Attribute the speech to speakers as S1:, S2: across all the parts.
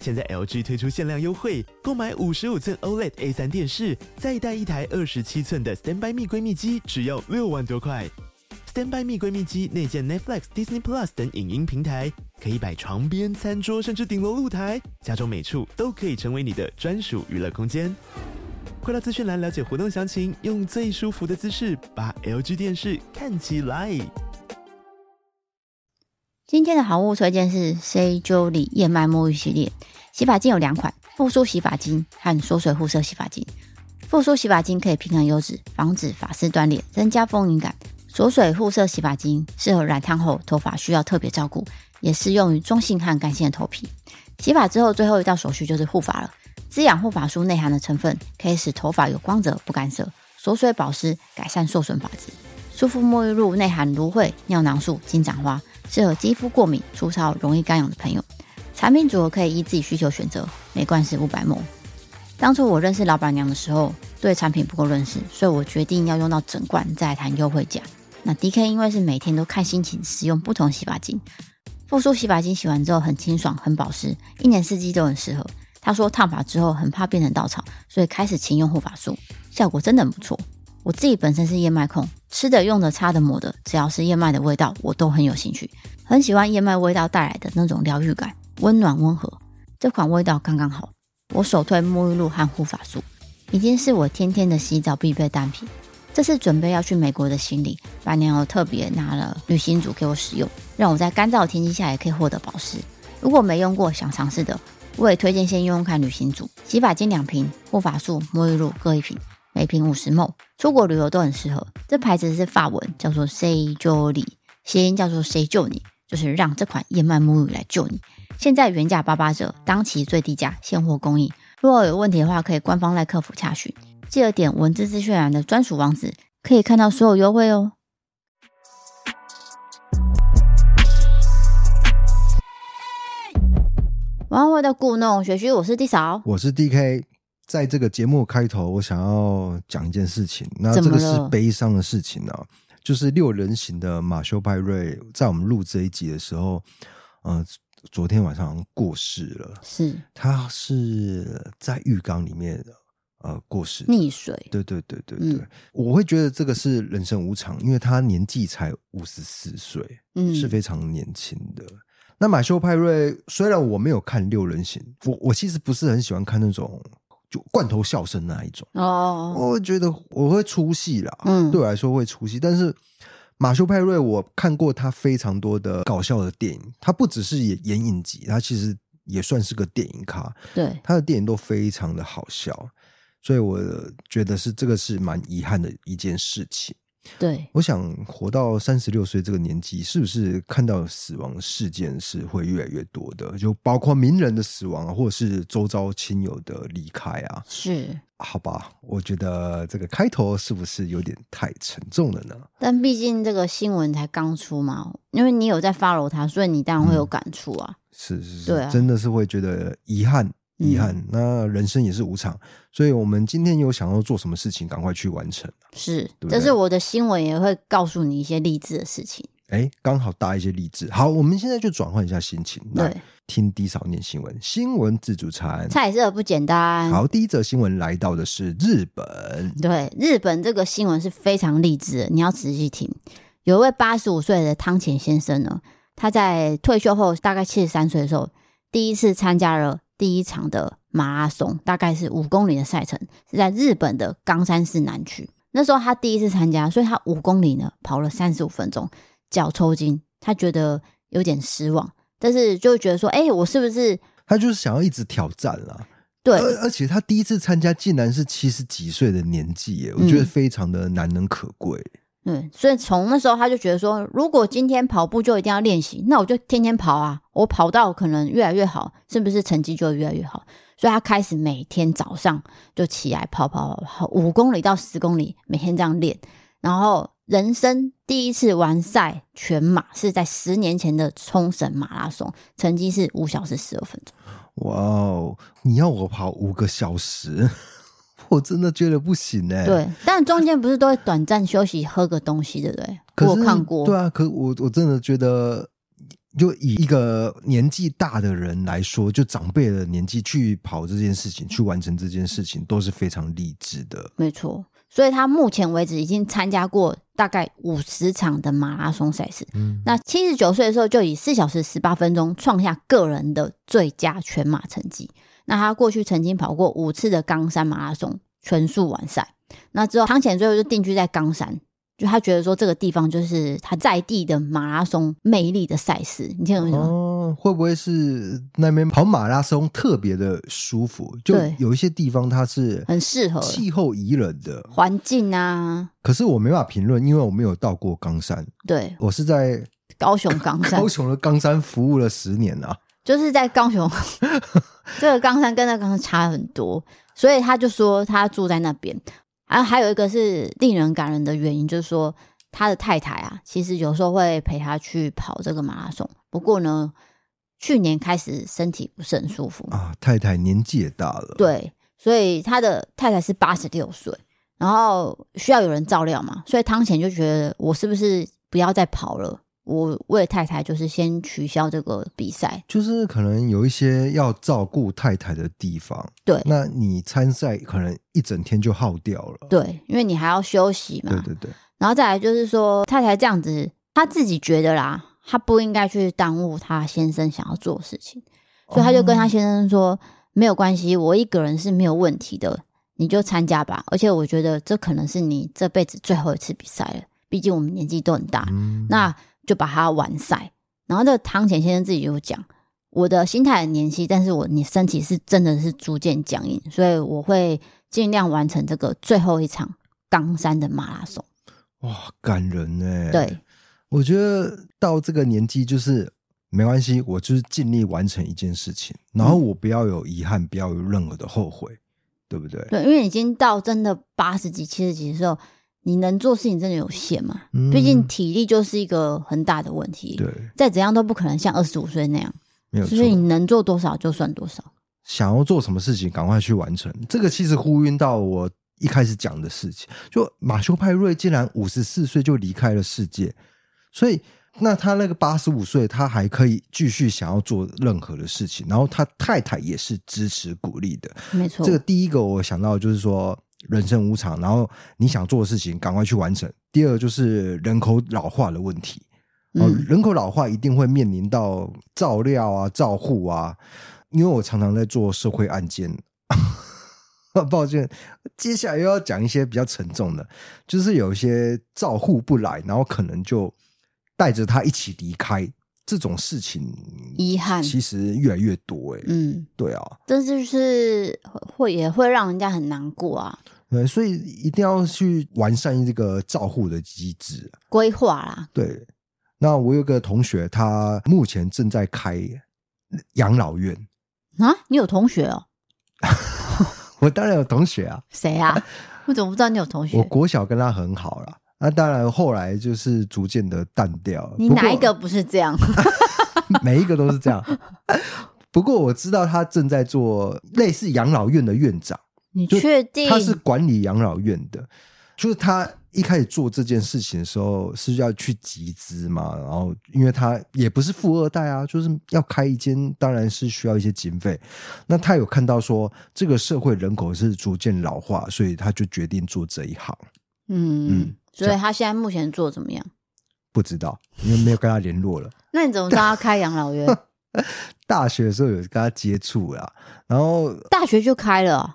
S1: 现在 LG 推出限量优惠，购买五十五寸 OLED A 3电视，再带一台二十七寸的 Standby 蜜闺蜜机，只要六万多块。Standby 蜜闺蜜机内建 Netflix、Disney Plus 等影音平台，可以摆床边、餐桌，甚至顶楼露台，家中每处都可以成为你的专属娱乐空间。快到资讯栏了解活动详情，用最舒服的姿势把 LG 电视看起来。
S2: 今天的好物推荐是 C Jolly 燕麦沐浴系列，洗发精有两款：复苏洗发精和缩水护色洗发精。复苏洗发精可以平衡油脂，防止发丝断裂，增加丰盈感；锁水护色洗发精适合染烫后头发需要特别照顾，也适用于中性和干性的头皮。洗发之后，最后一道手续就是护发了。滋养护发素内含的成分可以使头发有光泽、不干涩，锁水保湿，改善受损发质。舒肤沐浴露内含芦荟、尿囊素、金盏花，适合肌肤过敏、粗糙、容易干痒的朋友。产品组合可以依自己需求选择，每罐是五百 ml。当初我认识老板娘的时候，对产品不够认识，所以我决定要用到整罐再来谈优惠价。那 D K 因为是每天都看心情使用不同洗发精，复苏洗发精洗完之后很清爽、很保湿，一年四季都很适合。他说烫发之后很怕变成稻草，所以开始勤用护发素，效果真的很不错。我自己本身是燕麦控，吃的、用的、擦的、抹的，只要是燕麦的味道，我都很有兴趣，很喜欢燕麦味道带来的那种疗愈感，温暖温和。这款味道刚刚好。我首推沐浴露和护发素，已经是我天天的洗澡必备单品。这次准备要去美国的行李，板娘有特别拿了旅行组给我使用，让我在干燥的天气下也可以获得保湿。如果没用过想尝试的，我也推荐先用用看旅行组，洗发精两瓶，护发素、沐浴露各一瓶，每瓶五十 ml，出国旅游都很适合。这牌子是法文，叫做 Say Jolly，谐音叫做谁救你，就是让这款燕麦沐浴来救你。现在原价八八折，当期最低价，现货供应。若有问题的话，可以官方来客服查询。记得点文字资讯栏的专属网址，可以看到所有优惠哦。晚安会的故弄玄虚，我是地嫂。
S3: 我是 DK，在这个节目开头，我想要讲一件事情，那
S2: 怎
S3: 这
S2: 么
S3: 个
S2: 了
S3: 是悲伤的事情啊，就是六人行的马修派瑞，在我们录这一集的时候，呃，昨天晚上好像过世了，
S2: 是
S3: 他是在浴缸里面呃过世的，
S2: 溺水，
S3: 对对对对对，
S2: 嗯
S3: 我会觉得这个是人生无常，因为他年纪才五十四岁，
S2: 嗯，
S3: 是非常年轻的。那马修派瑞虽然我没有看六人行，我我其实不是很喜欢看那种就罐头笑声那一种，
S2: 哦，
S3: 我觉得我会出戏啦，
S2: 嗯
S3: 对我来说会出戏。但是马修派瑞，我看过他非常多的搞笑的电影，他不只是演演影集，他其实也算是个电影咖，
S2: 对，
S3: 他的电影都非常的好笑，所以我觉得是这个是蛮遗憾的一件事情。
S2: 对，
S3: 我想活到三十六岁这个年纪，是不是看到死亡事件是会越来越多的？就包括名人的死亡啊，或者是周遭亲友的离开啊？
S2: 是。
S3: 好吧，我觉得这个开头是不是有点太沉重了呢？
S2: 但毕竟这个新闻才刚出嘛，因为你有在 follow 他，所以你当然会有
S3: 嗯
S2: 感触啊。
S3: 是是是，
S2: 对啊
S3: 真的是会觉得遗憾。
S2: 嗯
S3: 遗憾，那人生也是无常，所以我们今天有想要做什么事情，赶快去完成。
S2: 是，
S3: 对
S2: 这是我的新闻也会告诉你一些励志的事情。
S3: 哎，刚好搭一些励志。好，我们现在就转换一下心情，来
S2: 对，
S3: 听低少念新闻。新闻自助餐，
S2: 菜色不简单。
S3: 好，第一则新闻来到的是日本，
S2: 对，日本这个新闻是非常励志的，你要仔细听。有一位八十五岁的汤浅先生呢，他在退休后大概七十三岁的时候，第一次参加了第一场的马拉松，大概是五公里的赛程，是在日本的冈山市南区。那时候他第一次参加，所以他五公里呢跑了三十五分钟，脚抽筋，他觉得有点失望，但是就觉得说，哎、我是不是
S3: 他就是想要一直挑战啦。
S2: 对？
S3: 而而且他第一次参加竟然是七十几岁的年纪耶，我觉得非常的难能可贵。
S2: 嗯，所以从那时候他就觉得说，如果今天跑步就一定要练习，那我就天天跑啊，我跑到可能越来越好，是不是成绩就越来越好？所以他开始每天早上就起来跑跑跑跑五公里到十公里，每天这样练。然后人生第一次完赛全马是在十年前的冲绳马拉松，成绩是五小时十二分钟。
S3: 哇哦，你要我跑五个小时， 我真的觉得不行哎、
S2: 对，但中间不是都会短暂休息喝个东西，对不对？
S3: 可
S2: 我
S3: 是
S2: 有看过，
S3: 对啊，可我我真的觉得，就以一个年纪大的人来说，就长辈的年纪去跑这件事情，去完成这件事情，都是非常励志的。
S2: 没错，所以他目前为止已经参加过大概五十场的马拉松赛事。
S3: 嗯
S2: 那七十九岁的时候，就以四小时十八分钟创下个人的最佳全马成绩。那他过去曾经跑过五次的冈山马拉松，全数完赛。那之后，汤浅最后就定居在冈山，就他觉得说这个地方就是他在地的马拉松魅力的赛事。你听懂我意思吗？
S3: 哦，会不会是那边跑马拉松特别的舒服？就
S2: 对
S3: 有一些地方它是
S2: 很适合
S3: 气候宜人的，
S2: 环境啊，
S3: 可是我没办法评论，因为我没有到过冈山，
S2: 对，
S3: 我是在
S2: 高雄冈山
S3: 高，雄的冈山服务了十年啊。
S2: 就是在高雄，这个冈山跟那个冈山差很多，所以他就说他住在那边。然后还有一个是令人感人的原因，就是说他的太太啊，其实有时候会陪他去跑这个马拉松。不过呢，去年开始身体不是很舒服，
S3: 啊，太太年纪也大了，，
S2: 对，所以他的太太是八十六岁，然后需要有人照料嘛，所以汤浅就觉得我是不是不要再跑了？我为太太就是先取消这个比赛，
S3: 就是可能有一些要照顾太太的地方，
S2: 对
S3: 那你参赛可能一整天就耗掉了，
S2: 对，啊因为你还要休息嘛，
S3: 对对对，
S2: 然后再来就是说，太太这样子，她自己觉得啦，她不应该去耽误她先生想要做的事情，所以她就跟她先生说：“没有关系，我一个人是没有问题的，你就参加吧。而且我觉得这可能是你这辈子最后一次比赛了，毕竟我们年纪都很大，
S3: 嗯
S2: 那就把它完赛。”然后这个汤浅先生自己就讲：“我的心态很年轻，但是我你身体是真的是逐渐僵硬，所以我会尽量完成这个最后一场冈山的马拉松。”
S3: 哇，感人呢。
S2: 对，
S3: 我觉得到这个年纪就是没关系，我就是尽力完成一件事情，然
S2: 嗯
S3: 后我不要有遗憾，不要有任何的后悔，对不对？
S2: 对，因为已经到真的八十几、七十几的时候，你能做事情真的有限嘛？
S3: 嗯
S2: 毕竟体力就是一个很大的问题，
S3: 对，
S2: 再怎样都不可能像二十五岁那样，
S3: 没有错
S2: 所。以你能做多少就算多少。
S3: 想要做什么事情，赶快去完成。这个其实呼应到我一开始讲的事情，就马修派瑞竟然五十四岁就离开了世界，所以那他那个八十五岁，他还可以继续想要做任何的事情，然后他太太也是支持鼓励的。
S2: 没错，
S3: 这个第一个我想到就是说人生无常，然后你想做的事情赶快去完成。第二就是人口老化的问题，哦，
S2: 嗯，
S3: 人口老化一定会面临到照料啊、照护啊，因为我常常在做社会案件。 抱歉，接下来又要讲一些比较沉重的，就是有一些照护不来，然后可能就带着他一起离开，这种事情
S2: 遗憾
S3: 其实越来越多、欸。哎、
S2: 嗯，
S3: 对啊，
S2: 这就是会也会让人家很难过啊。
S3: 对，所以一定要去完善这个照护的机制。啊
S2: 规划啦，
S3: 对，那我有个同学，他目前正在开养老院，
S2: 啊，你有同学哦？
S3: 我当然有同学啊，
S2: 谁啊？ 我怎么不知道你有同
S3: 我
S2: 学？
S3: 国小跟他很好啦。那当然，后来就是逐渐的淡掉了。
S2: 你
S3: 不过
S2: 哪一个？不是这 样？
S3: 每一个都是这样。 不过我知道他正在做类似养老院的院长，
S2: 你
S3: 就
S2: 确定？
S3: 他是管理养老院的。就是他一开始做这件事情的时候是要去集资嘛，然后因为他也不是富二代啊，就是要开一间，当然是需要一些经费。那他有看到说这个社会人口是逐渐老化，所以他就决定做这一行。
S2: 嗯
S3: 嗯，
S2: 所以他现在目前做得怎么样？
S3: 不知道，因为没有跟他联络了。
S2: 那你怎么知道他开养老 院？
S3: 大学的时候有跟他接触啦，然后
S2: 大学就开了哦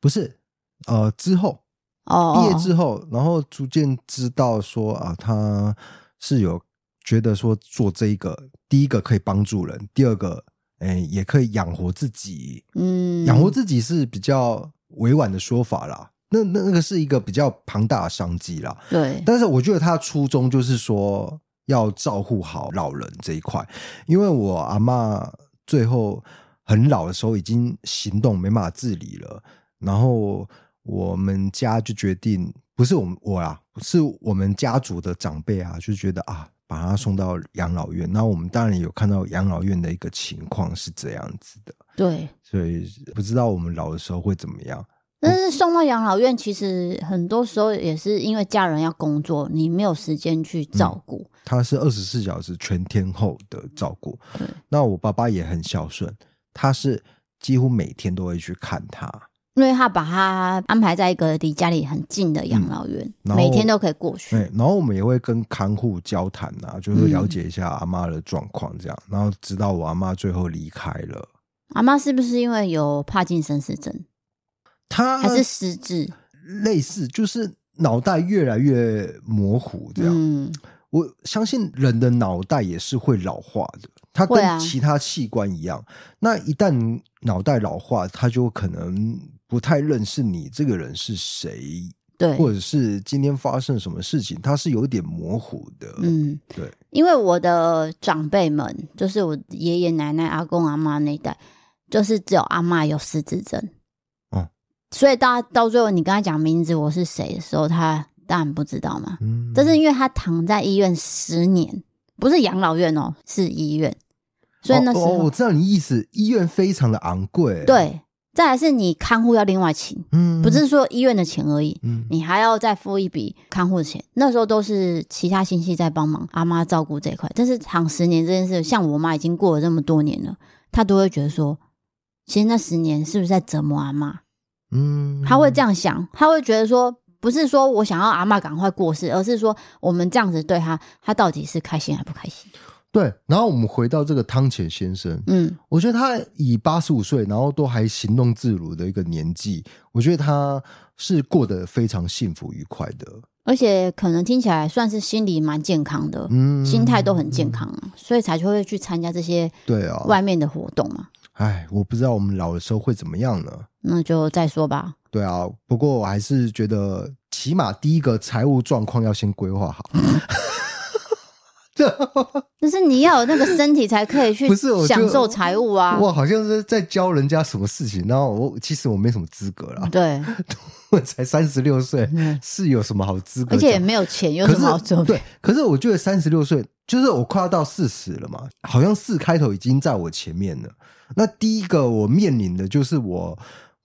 S3: 不是呃之后
S2: 哦，
S3: 毕业
S2: 哦
S3: 之后，然后逐渐知道说啊，他是有觉得说做这一个，第一个可以帮助人，第二个哎、也可以养活自己，
S2: 嗯，
S3: 养活自己是比较委婉的说法啦。那那那个是一个比较庞大的商机啦。
S2: 对，
S3: 但是我觉得他的初衷就是说要照顾好老人这一块，因为我阿嬷最后很老的时候已经行动没办法自理了，然后我们家就决定，不是我们我啦，是我们家族的长辈啊，就觉得啊。把他送到养老院，那我们当然有看到养老院的一个情况是这样子的，
S2: 对，
S3: 所以不知道我们老的时候会怎么样。
S2: 但是送到养老院，其实很多时候也是因为家人要工作，你没有时间去
S3: 嗯
S2: 照顾。
S3: 他是二十四小时全天候的照顾
S2: 对。
S3: 那我爸爸也很孝顺，他是几乎每天都会去看他。
S2: 因为他把他安排在一个离家里很近的养老院，
S3: 嗯然后
S2: 每天都可以过去。
S3: 对，然后我们也会跟看护交谈啊，就是了解一下阿妈的状况这样。
S2: 嗯
S3: 然后直到我阿妈最后离开了，
S2: 阿妈是不是因为有帕金森氏症，
S3: 她
S2: 还是失智？
S3: 类似就是脑袋越来越模糊这样。
S2: 嗯，
S3: 我相信人的脑袋也是会老化的，它
S2: 会啊
S3: 跟其他器官一样。那一旦脑袋老化，它就可能不太认识你这个人是谁，
S2: 嗯对，
S3: 或者是今天发生什么事情，它是有点模糊的。
S2: 嗯，
S3: 对，
S2: 因为我的长辈们，就是我爷爷奶奶、阿公阿妈那一代，就是只有阿妈有失智症。
S3: 哦
S2: 所以大家到最后，你跟他讲名字我是谁的时候，他当然不知道嘛。
S3: 嗯，
S2: 但是因为他躺在医院十年，不是养老院哦，是医院，所以那时
S3: 哦哦
S2: 候、
S3: 我知道你意思，医院非常的昂贵。，
S2: 对，再来是你看护要另外请，
S3: 嗯，
S2: 不，是说医院的钱而已，
S3: 嗯，
S2: 你还要再付一笔看护钱。那时候都是其他亲戚在帮忙阿妈照顾这一块，但是躺十年这件事，像我妈已经过了这么多年了，她都会觉得说，其实那十年是不是在折磨阿妈？
S3: 嗯，
S2: 她会这样想，她会觉得说。不是说我想要阿妈赶快过世，而是说我们这样子对她，她到底是开心还不开心？
S3: 对。然后我们回到这个汤浅先生，
S2: 嗯，
S3: 我觉得他以八十五岁，然后都还行动自如的一个年纪，我觉得他是过得非常幸福愉快的，
S2: 而且可能听起来算是心理蛮健康的，
S3: 嗯，
S2: 心态都很健。康、啊，所以才会去参加这些
S3: 对啊，
S2: 外面的活动嘛。
S3: 哎，我不知道我们老的时候会怎么样呢？
S2: 那就再说吧。
S3: 对啊，不过我还是觉得，起码第一个财务状况要先规划好。
S2: 但是你要有那个身体才可以去
S3: 不是我就
S2: 享受财务啊。
S3: 我好像是在教人家什么事情，然后我其实我没什么资格啦，
S2: 对，
S3: 我才三十六岁，
S2: 嗯
S3: 是有什么好资
S2: 而
S3: 格讲？
S2: 且也没有钱，有什么好
S3: 可
S2: 做
S3: 是？对，可是我觉得三十六岁，就是我快要到四十了嘛，好像四开头已经在我前面了。那第一个我面临的就是我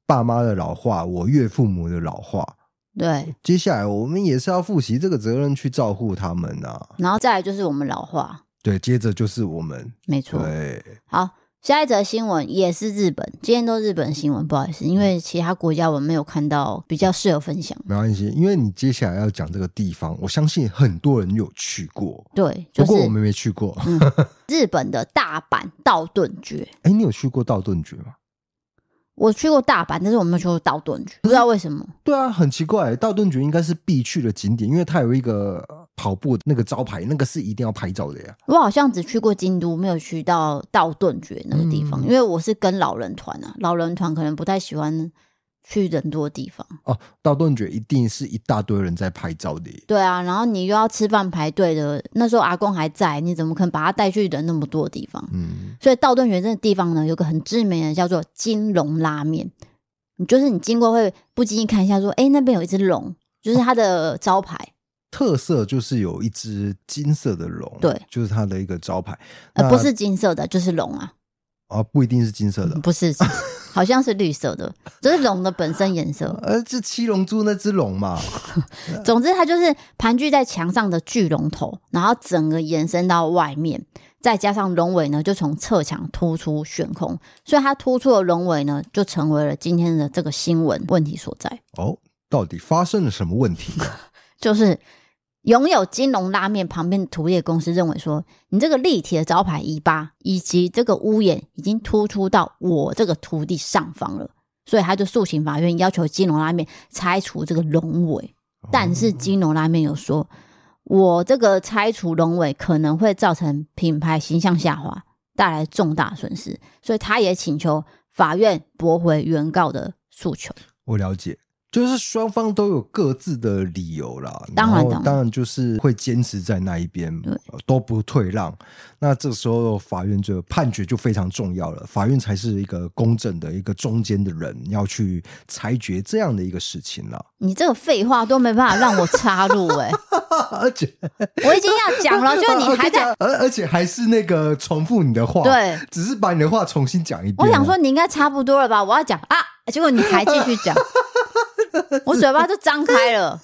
S3: 爸妈的老化，我岳父母的老化。
S2: 对，
S3: 接下来我们也是要负起这个责任去照顾他们啊。
S2: 然后再来就是我们老化，
S3: 对，接着就是我们，
S2: 没错。
S3: 对，
S2: 好，下一则新闻也是日本，今天都日本新闻，不好意思，因为其他国家我没有看到比较适合分享。
S3: 没关系，因为你接下来要讲这个地方，我相信很多人有去过，
S2: 对，就
S3: 不
S2: 是嗯
S3: 过我们没去过。
S2: 日本的大阪道顿崛。
S3: 哎、你有去过道顿崛吗？
S2: 我去过大阪，但是我没有去过道顿崛，不知道为什么。
S3: 对啊，很奇怪，道顿崛应该是必去的景点，因为它有一个呃跑步的那个招牌，那个是一定要拍照的呀。
S2: 我好像只去过京都，没有去到道顿崛那个地方，
S3: 嗯
S2: 因为我是跟老人团啊，老人团可能不太喜欢去人多的地方。
S3: 哦，道顿崛一定是一大堆人在拍照的耶。
S2: 对啊，然后你又要吃饭排队的，那时候阿公还在，你怎么可能把他带去人那么多的地方？
S3: 嗯，
S2: 所以道顿崛这个地方呢，有个很知名的叫做金龙拉面，你就是你经过会不经意看一下说，诶哎那边有一只龙，就是它的招牌，
S3: 特色就是有一只金色的龙，
S2: 对，
S3: 就是它的一个招牌。
S2: 呃
S3: 那
S2: 不是金色的，就是龙啊。
S3: 哦，不一定是金色的。
S2: 不是， 是好像是绿色的，就是龙的本身颜色。
S3: 呃，这七龙珠那只龙嘛，
S2: 总之，它就是盘踞在墙上的巨龙头，然后整个延伸到外面，再加上龙尾呢，就从侧墙突出悬空，所以它突出的龙尾呢，就成为了今天的这个新闻问题所在，
S3: 哦，到底发生了什么问题呢？
S2: 就是。拥有金龙拉面旁边的土业公司认为说，你这个立体的招牌尾巴以及这个屋檐已经突出到我这个土地上方了，所以他就诉请法院要求金龙拉面拆除这个龙尾。但是金龙拉面有说，我这个拆除龙尾可能会造成品牌形象下滑，带来重大损失，所以他也请求法院驳回原告的诉求。
S3: 我了解，就是双方都有各自的理由啦，
S2: 当然
S3: 后
S2: 当然
S3: 当然就是会坚持在那一边
S2: 对，
S3: 呃都不退让。那这时候法院就判决就非常重要了，法院才是一个公正的一个中间的人，要去裁决这样的一个事情啦。
S2: 你这个废话都没办法让我插入哎、
S3: 而且
S2: 我已经要讲了，就你还在，
S3: 而而且还是那个重复你的话，
S2: 对，
S3: 只是把你的话重新讲一遍啊。
S2: 我想说你应该差不多了吧？我要讲啊，结果你还继续讲，我嘴巴就张开 了。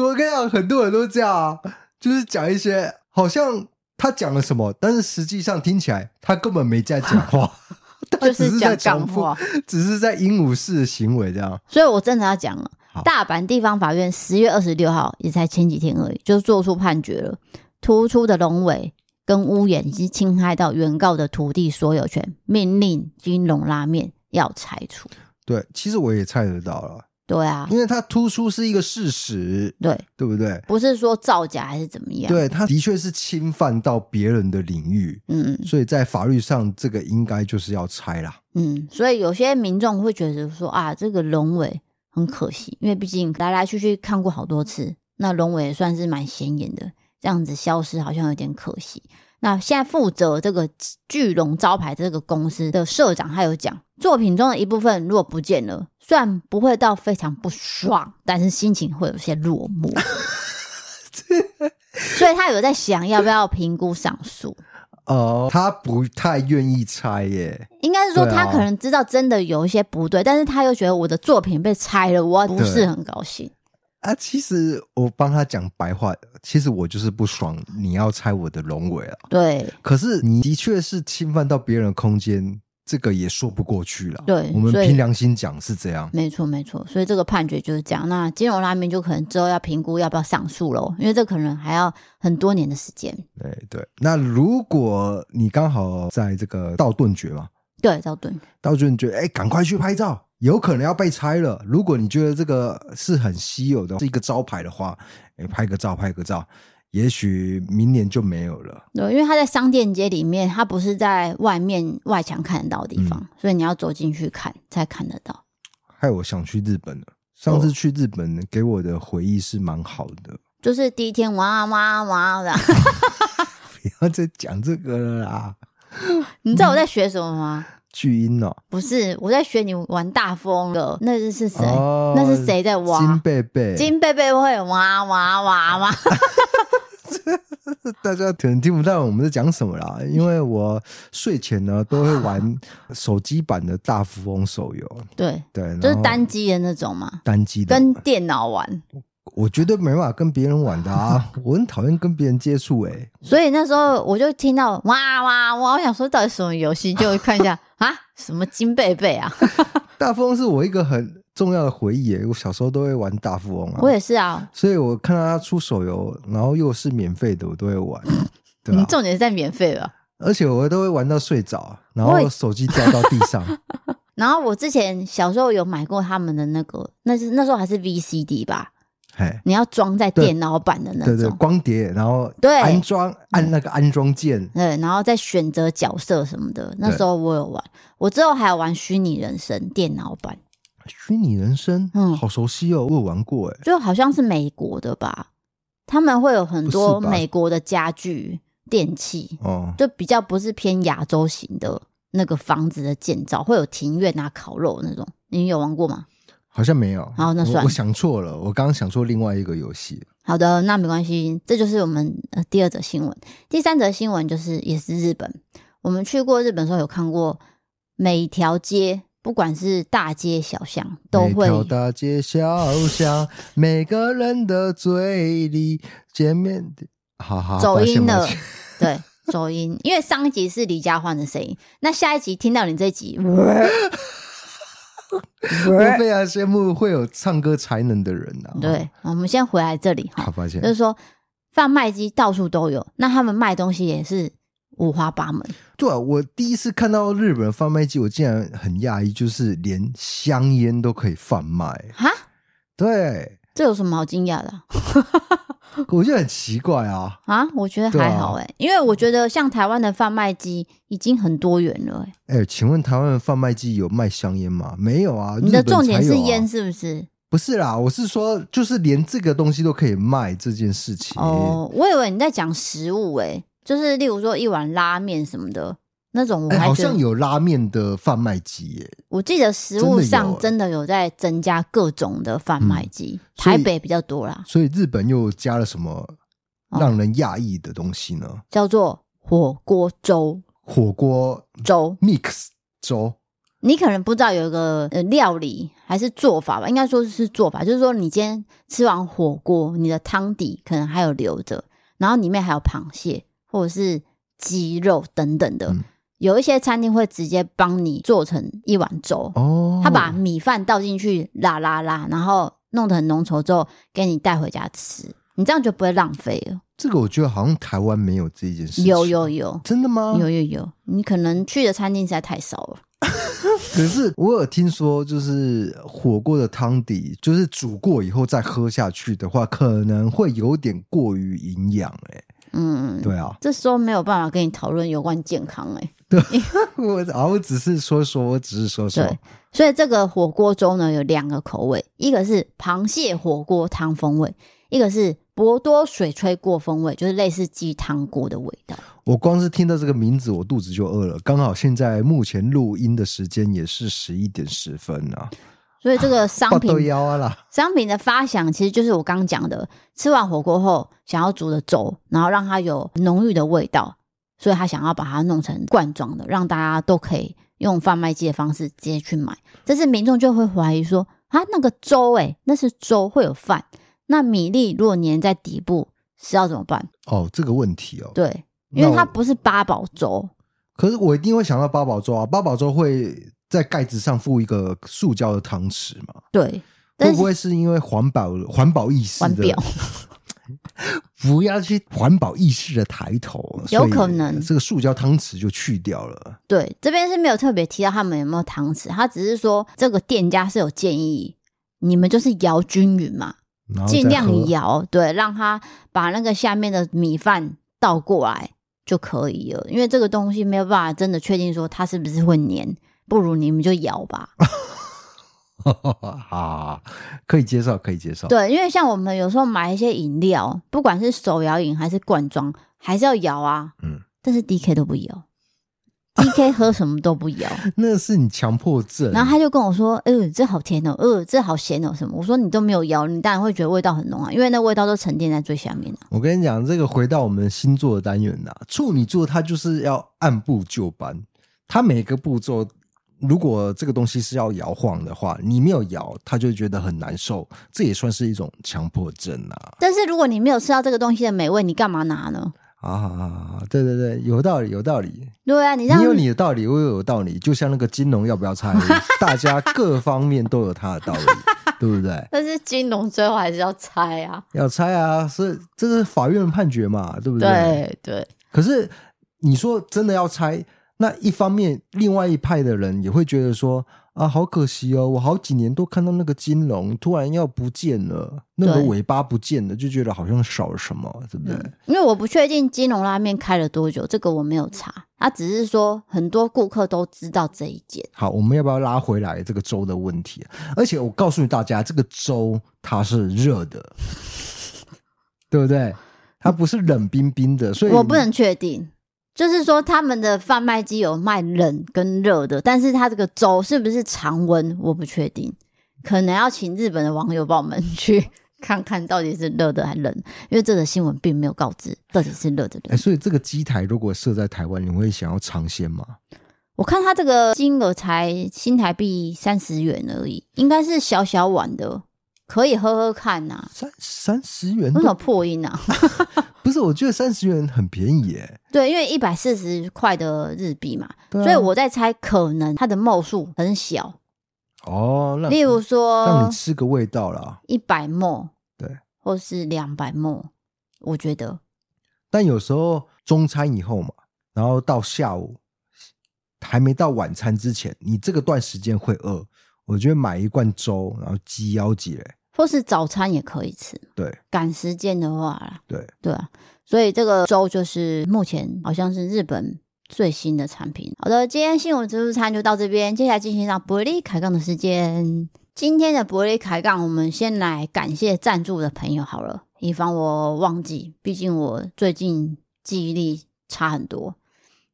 S3: 我跟你讲，很多人都这样啊，就是讲一些好像他讲了什么，但是实际上听起来他根本没在讲话， 他
S2: 就是
S3: 只是在
S2: 讲啊
S3: 重
S2: 干
S3: 复
S2: 话，
S3: 只是在鹦鹉式的行为这样。
S2: 所以我真的要讲了
S3: 好，
S2: 大阪地方法院十月二十六号也才前几天而已，就做出判决了。突出的龙尾跟屋檐已经侵害到原告的土地所有权，命令金融拉面要拆除。
S3: 对，其实我也猜得到了，
S2: 对啊，
S3: 因为他突出是一个事实，
S2: 对，啊
S3: 对不对？
S2: 不是说造假还是怎么样？，
S3: 对，他的确是侵犯到别人的领域，
S2: 嗯
S3: 所以在法律上这个应该就是要拆啦。
S2: 嗯，所以有些民众会觉得说啊，这个龙尾很可惜，因为毕竟来来去去看过好多次，那龙尾也算是蛮显眼的，这样子消失好像有点可惜。那现在负责这个巨龙招牌这个公司的社长，他有讲，作品中的一部分如果不见了，虽然不会到非常不爽，但是心情会有些落寞。所以他有在想要不要评估上诉，哦
S3: 呃，他不太愿意拆耶，
S2: 应该是说
S3: 对
S2: 他
S3: 啊
S2: 可能知道真的有一些不对，但是他又觉得我的作品被拆了，我不是很高兴。
S3: 啊，其实我帮他讲白话，其实我就是不爽你要拆我的龙尾啊。
S2: 对
S3: 可是你的确是侵犯到别人的空间，这个也说不过去了。
S2: 对
S3: 我们
S2: 所以
S3: 凭良心讲是这样。
S2: 没错没错，所以这个判决就是这样。那金融拉面就可能之后要评估要不要上诉喽，因为这可能还要很多年的时间。
S3: 对哎对，那如果你刚好在这个道顿崛嘛，
S2: 对，赵盾，
S3: 道顿崛，哎，赶快去拍照，有可能要被拆了。如果你觉得这个是很稀有的，是一个招牌的话，哎，拍个照，拍个照，也许明年就没有了。
S2: 对，因为他在商店街里面，他不是在外面外墙看得到的地方，所以你要走进去看才看得到。
S3: 害我想去日本了。上
S2: 哦
S3: 次去日本给我的回忆是蛮好的，
S2: 就是第一天哇哇哇的，
S3: 不要再讲这个了啦，
S2: 你知道我在学什么吗？
S3: 巨婴哦，
S2: 不是，我在学你玩大风的，那是是谁？
S3: 哦
S2: 那是谁在挖？
S3: 金贝贝，
S2: 金贝贝会哇哇哇哇！
S3: 大家可能听不到我们在讲什么啦，因为我睡前呢都会玩手机版的大富翁手游，
S2: 对，
S3: 对，然后
S2: 就是单机的那种嘛，
S3: 单机的，
S2: 跟电脑玩。
S3: 我绝对没办法跟别人玩的啊，我很讨厌跟别人接触诶、
S2: 所以那时候我就听到哇哇哇，我想说到底什么游戏，就看一 下啊，什么金贝贝啊，
S3: 嗯大富翁是我一个很重要的回忆诶、我小时候都会玩大富翁啊，
S2: 我也是啊。
S3: 所以我看到他出手游，然后又是免费的，我都会玩，对
S2: 你
S3: 啊吧？
S2: 重点是在免费吧？
S3: 而且我都会玩到睡着，然
S2: 我也
S3: 后手机掉到地 上。
S2: 然后我之前小时候有买过他们的那个，那是那时候还是 VCD 吧，
S3: 嘿，
S2: 你要装在电脑版的那
S3: 对对，
S2: 种，
S3: 光碟，然后
S2: 对嗯
S3: 安装按那个安装键，
S2: 对，然后再选择角色什么的。那时候我有玩，我之后还有玩虚拟人生电脑版，
S3: 虚拟人生，
S2: 嗯
S3: 好熟悉哦，我有玩过哎。
S2: 就好像是美国的吧，他们会有很多
S3: 不是吧
S2: 美国的家具电器，
S3: 哦，
S2: 就比较不是偏亚洲型的那个房子的建造，会有庭院啊、烤肉那种。你有玩过吗？
S3: 好像没有。
S2: 好那
S3: 我
S2: 算了
S3: 我想错了，我刚刚想错另外一个游戏。
S2: 好的，那没关系，这就是我们呃第二则新闻。第三则新闻就是也是日本，我们去过日本的时候有看过，每条街不管是大街小巷都
S3: 每
S2: 会
S3: 条大街小巷，每个人的嘴里见面的，好好
S2: 走音
S3: 了
S2: 了，， 对，走音。因为上一集是李佳欢的声音，那下一集听到你这集，
S3: 我非常羡慕会有唱歌才能的人啊。，
S2: 对，呃我们先回来这里
S3: 好
S2: 哈，
S3: 抱歉
S2: 就。是说贩卖机到处都有，那他们卖东西也是五花八门，
S3: 对啊，我第一次看到日本贩卖机，我竟然很讶异，就是连香烟都可以贩卖。
S2: 哈，
S3: 对，
S2: 这有什么好惊讶的啊、
S3: 我觉得很奇怪啊。
S2: 啊，我觉得
S3: 对啊
S2: 还好哎、因为我觉得像台湾的贩卖机已经很多元了、欸。
S3: 哎、请问台湾的贩卖机有卖香烟吗？没有啊。
S2: 你的
S3: 日本
S2: 重点
S3: 才有
S2: 是
S3: 啊
S2: 烟是不是？
S3: 不是啦，我是说，就是连这个东西都可以卖这件事情。
S2: 哦，我以为你在讲食物哎、就是例如说一碗拉面什么的那种，我
S3: 哎、
S2: 还
S3: 好
S2: 觉
S3: 像
S2: 得
S3: 有拉面的贩卖机耶、
S2: 我记得食
S3: 真
S2: 物
S3: 的有
S2: 上
S3: 欸嗯
S2: 真的有在增加各种的贩卖机，
S3: 所以
S2: 台北比较多啦，
S3: 所以日本又加了什么
S2: 哦
S3: 让人讶异的东西呢？
S2: 叫做火锅粥
S3: 火锅
S2: 粥。
S3: mix 粥，
S2: 你可能不知道有一个呃料理还是做法吧，应该说是做法，就是说你今天吃完火锅，你的汤底可能还有留着，然后里面还有螃蟹或者是鸡肉等等的，
S3: 嗯
S2: 有一些餐厅会直接帮你做成一碗粥，
S3: 哦，
S2: 他把米饭倒进去拉拉拉，然后弄得很浓稠之后给你带回家吃，你这样就不会浪费了。
S3: 这个我觉得好像台湾没有这件事情。
S2: 有有有
S3: 真的吗？
S2: 有有有，你可能去的餐厅实在太少了。
S3: 可是我有听说，就是火锅的汤底，就是煮过以后再喝下去的话，可能会有点过于营养、哎，
S2: 嗯，
S3: 对啊，
S2: 这时候没有办法跟你讨论有关健康哎、
S3: 我啊，我只是说说，我只是说说，
S2: 对所以这个火锅粥呢有两个口味，一个是螃蟹火锅汤风味，一个是博多水炊锅风味，就是类似鸡汤锅的味道。
S3: 我光是听到这个名字，我肚子就饿了。刚好现在目前录音的时间也是十一点十分啊，
S2: 所以这个商
S3: 抱豆
S2: 品
S3: 腰啊啦，
S2: 商品的发想其实就是我刚讲的，吃完火锅后想要煮的粥，然后让它有浓郁的味道，所以他想要把它弄成罐装的，让大家都可以用贩卖机的方式直接去买。但是民众就会怀疑说，啊，那个粥、欸，那是粥会有饭，那米粒如果粘在底部是要怎么办？
S3: 哦，这个问题哦，
S2: 对，
S3: 那
S2: 因为它
S3: 我
S2: 不是八宝粥，
S3: 可是我一定会想到八宝粥啊，八宝粥会在盖子上附一个塑胶的汤匙嘛？
S2: 对，
S3: 会
S2: 但
S3: 不
S2: 是
S3: 会是因为环保环保意识
S2: 环
S3: 的
S2: 表？
S3: 不要去环保意识的抬头，
S2: 有
S3: 所以
S2: 可能
S3: 这个塑胶汤匙就去掉了。
S2: 对这边是没有特别提到他们有没有糖匙，他只是说这个店家是有建议，你们就是摇均匀嘛，
S3: 然后再
S2: 尽量
S3: 喝
S2: 摇，对，让它把那个下面的米饭倒过来就可以了，因为这个东西没有办法真的确定说它是不是会粘，不如你们就摇 吧。
S3: 啊，可以接受，可以接受。
S2: 对，因为像我们有时候买一些饮料，不管是手摇饮还是罐装，还是要摇啊。
S3: 嗯，
S2: 但是 D K 都不摇，D K 喝什么都不摇。
S3: 那是你强迫症。
S2: 然后他就跟我说：“呃，这好甜哦，呃，这好咸哦，什么？”我说：“你都没有摇，你当然会觉得味道很浓啊，因为那味道都沉淀在最下面啊了、
S3: 我跟你讲，这个回到我们星座的单元呐、处女座它就是要按部就班，它每个步骤，如果这个东西是要摇晃的话，你没有摇，它就觉得很难受，这也算是一种强迫症啊
S2: 但是如果你没有吃到这个东西的美味，你干嘛拿呢？
S3: 啊！对对对，有道理，有道理，
S2: 对啊，你
S3: 你
S2: 让
S3: 有你的道理，我也有道理，就像那个金融要不 要拆，大家各方面都有他的道理，对不对？
S2: 但是金融最后还是要拆啊。
S3: 要拆啊，是这是法院判决嘛，对不
S2: 对对，
S3: 可是你说真的要拆，那一方面，另外一派的人也会觉得说啊，好可惜哦，我好几年都看到那个金龙突然要不见了，那个
S2: 对
S3: 尾巴不见了，就觉得好像少了什么，对不对？
S2: 因为我不确定金融拉面开了多久，这个我没有查。他只是说很多顾客都知道这一件。
S3: 好，我们要不要拉回来这个粥的问题？而且我告诉大家，这个粥它是热的， 对不对？它不是冷冰冰的，所以
S2: 我不能确定，就是说他们的贩卖机有卖冷跟热的，但是它这个粥是不是常温，我不确定，可能要请日本的网友帮我们 去看看到底是热的还冷，因为这个新闻并没有告知到底是热的
S3: 哎，
S2: 冷。
S3: 所以这个机台如果设在台湾，你会想要尝鲜吗？
S2: 我看它这个金额才新台币三十元而已，应该是小小碗的，可以喝喝看呐、
S3: 三三十元
S2: 为
S3: 都
S2: 什么破音啊？
S3: 不是，我觉得三十元很便宜耶。
S2: 对，因为一百四十块的日币嘛，
S3: 对啊
S2: 所以我在猜，可能它的帽数很小，
S3: 哦，让
S2: 例如
S3: 让
S2: 说
S3: 你吃个味道啦。
S2: 一百墨，
S3: 对，
S2: 或是两百墨，我觉得
S3: 但有时候中餐以后嘛，然后到下午还没到晚餐之前，你这个段时间会饿，我觉得买一罐粥，然后鸡腰子嘞，
S2: 或是早餐也可以吃。
S3: 对
S2: 赶时间的话啦，
S3: 对，
S2: 对啊，所以这个粥就是目前好像是日本最新的产品。好的，今天新闻自助餐就到这边，接下来进行到伯利开杠的时间。今天的伯利开杠，我们先来感谢赞助的朋友好了，以防我忘记，毕竟我最近记忆力差很多。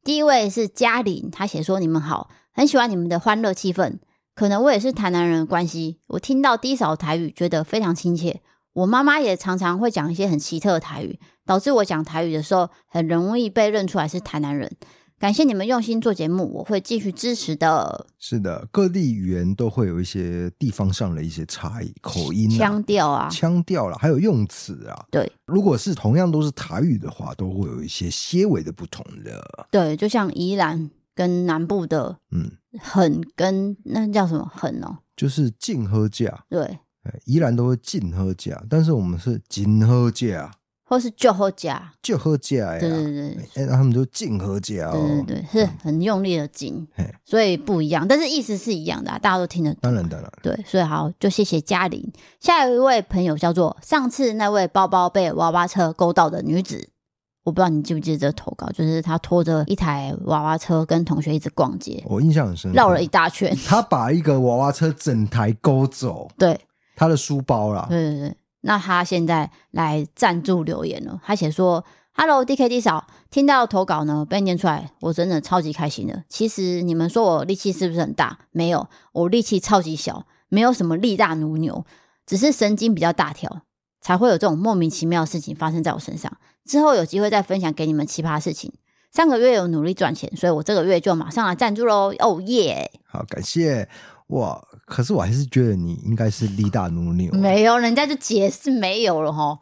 S2: 第一位是嘉玲，她写说：“你们好，很喜欢你们的欢乐气氛。可能我也是台南人的关系，我听到低嫂台语觉得非常亲切。我妈妈也常常会讲一些很奇特的台语，导致我讲台语的时候很容易被认出来是台南人。感谢你们用心做节目，我会继续支持的。
S3: 是的，各地语言都会有一些地方上的一些差异，口音、
S2: 腔、调啊，
S3: 嗯腔调啦，还有用词啊。
S2: 对
S3: 如果是同样都是台语的话，都会有一些些微的不同的。
S2: 对，就像宜兰跟南部的
S3: 嗯，
S2: 很跟那叫什么很哦，
S3: 就是近喝价，
S2: 对，
S3: 哎宜兰都会近喝价，但是我们是近喝价，啊
S2: 或是旧后甲，
S3: 就喝价
S2: 对对
S3: 呀。
S2: 对。
S3: 哎，他们就近喝价
S2: 对
S3: 哦。
S2: 对对，是很用力的紧
S3: 嘿，
S2: 所以不一样，但是意思是一样的、啊，大家都听得懂。
S3: 当然当然，
S2: 对，所以好，就谢谢嘉玲。下一位朋友叫做上次那位包包被娃娃车勾到的女子，我不知道你记不记得这个投稿，就是她拖着一台娃娃车跟同学一直逛街，
S3: 我印象很深刻。
S2: 绕了一大圈。
S3: 他把一个娃娃车整台勾走，
S2: 对，
S3: 他的书包啦。
S2: 对对对，那他现在来赞助留言了，他写说：“Hello DKD 嫂，听到投稿呢被念出来，我真的超级开心的。其实你们说我力气是不是很大？没有，我力气超级小，没有什么力大如牛，只是神经比较大条，才会有这种莫名其妙的事情发生在我身上。之后有机会再分享给你们奇葩事情。”上个月有努力赚钱，所以我这个月就马上来赞助喽！哦耶！
S3: 好，感谢哇！可是我还是觉得你应该是力哦大如牛。
S2: 没有，人家就解释没有了哈。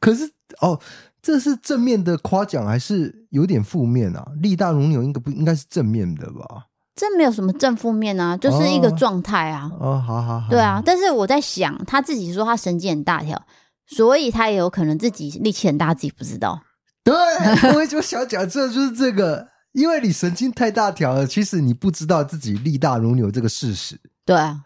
S3: 可是哦，这是正面的夸奖还是有点负面啊？力大如牛应该不应该是正面的吧？
S2: 这没有什么正负面啊，就是一个
S3: 哦
S2: 状态啊。
S3: 哦，好好好，
S2: 对啊，，但是我在想，他自己说他神经很大条，所以他也有可能自己力气很大，自己不知道。
S3: 对，哎我就想讲这就是这个，因为你神经太大条了，其实你不知道自己力大如牛这个事实。
S2: 对啊，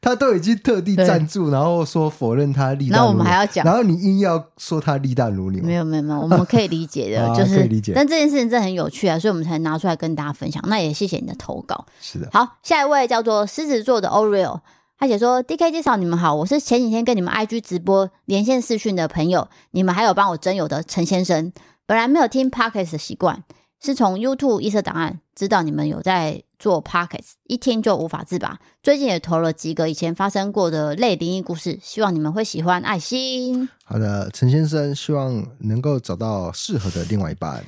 S3: 他都已经特地
S2: 对
S3: 赞助，然后说否认他力大如牛，
S2: 那我们还要讲
S3: 然后你硬要说他力大如牛，
S2: 没有没有没 有，我们可以理解的，
S3: 啊
S2: 就是
S3: 可以理解
S2: 但这件事情真的很有趣啊，所以我们才拿出来跟大家分享。那也谢谢你的投稿。
S3: 是的，
S2: 好，下一位叫做狮子座的 Oreo，他写说：“DK 介绍你们好，我是前几天跟你们 IG 直播连线视讯的朋友，你们还有帮我征友的陈先生。本来没有听 Podcast 的习惯，是从 YouTube 一色档案知道你们有在做 Podcast，一听就无法自拔。最近也投了几个以前发生过的类灵异故事，希望你们会喜欢。爱心。”
S3: 好的，陈先生，希望能够找到适合的另外一半。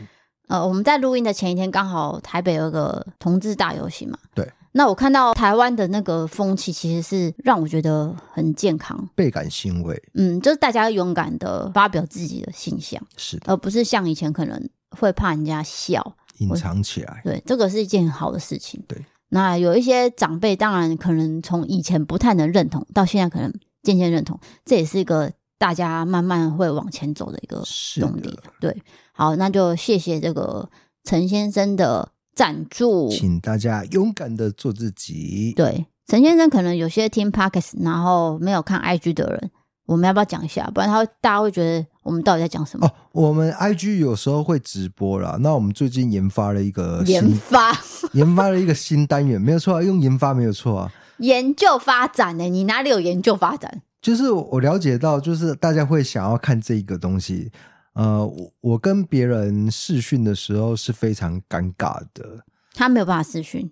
S2: 呃，我们在录音的前一天，刚好台北有个同志大游行嘛。
S3: 对。
S2: 那我看到台湾的那个风气，其实是让我觉得很健康。
S3: 倍感欣慰，
S2: 嗯，就是大家勇敢的发表自己的性向，
S3: 是的，
S2: 而不是像以前可能会怕人家笑。
S3: 隐藏起来，
S2: 对，这个是一件好的事情。
S3: 对。
S2: 那有一些长辈，当然可能从以前不太能认同，到现在可能渐渐认同，这也是一个大家慢慢会往前走的一个
S3: 是
S2: 动力
S3: 的，。
S2: 对，好，那就谢谢这个陈先生的赞助。
S3: 请大家勇敢的做自己。
S2: 对，陈先生可能有些听 podcast，然后没有看 IG 的人，我们要不要讲一下？不然他会大家会觉得我们到底在讲什么？
S3: 哦，我们 IG 有时候会直播啦，那我们最近研发了一个新
S2: 研发、
S3: 研发了一个新单元，没有错啊，用研发没有错啊。
S2: 研究发展呢、你哪里有研究发展？
S3: 就是我了解到，就是大家会想要看这一个东西。呃，我我跟别人视讯的时候是非常尴尬的。
S2: 他没有办法私讯，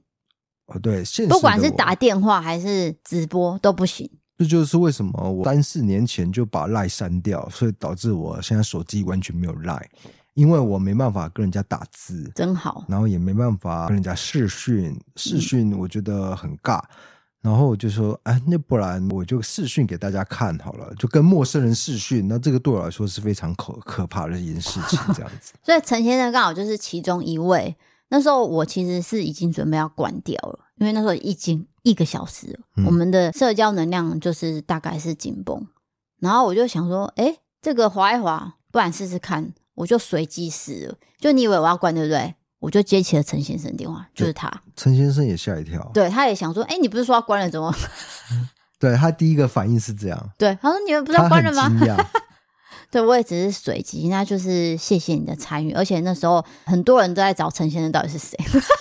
S3: 哦，对，现实的哦
S2: 不管是
S3: 我
S2: 打电话还是直播都不行。
S3: 这就是为什么我三四年前就把赖删掉，所以导致我现在手机完全没有赖，因为我没办法跟人家打字，
S2: 真好，
S3: 然后也没办法跟人家视讯，视
S2: 嗯
S3: 讯我觉得很尬。然后我就说，哎，那不然我就视讯给大家看好了，就跟陌生人视讯。那这个对我来说是非常可可怕的一件事情，这样 子
S2: 所以陈先生刚好就是其中一位。那时候我其实是已经准备要关掉了，因为那时候已经一个小时了，
S3: 嗯
S2: 我们的社交能量就是大概是紧绷。然后我就想说，哎、这个滑一滑，不然试试看。我就随机试了，就你以为我要关对不对？我就接起了陈先生的电话，就是他。
S3: 陈先生也吓一跳，
S2: 对，他也想说，哎、你不是说要关了，怎么？
S3: 对他第一个反应是这样，
S2: 对，他说你们不是
S3: 他
S2: 要
S3: 很
S2: 关
S3: 惊
S2: 了吗？
S3: 讶，
S2: 对，我也只是随机，那就是谢谢你的参与。而且那时候很多人都在找陈先生到底是谁，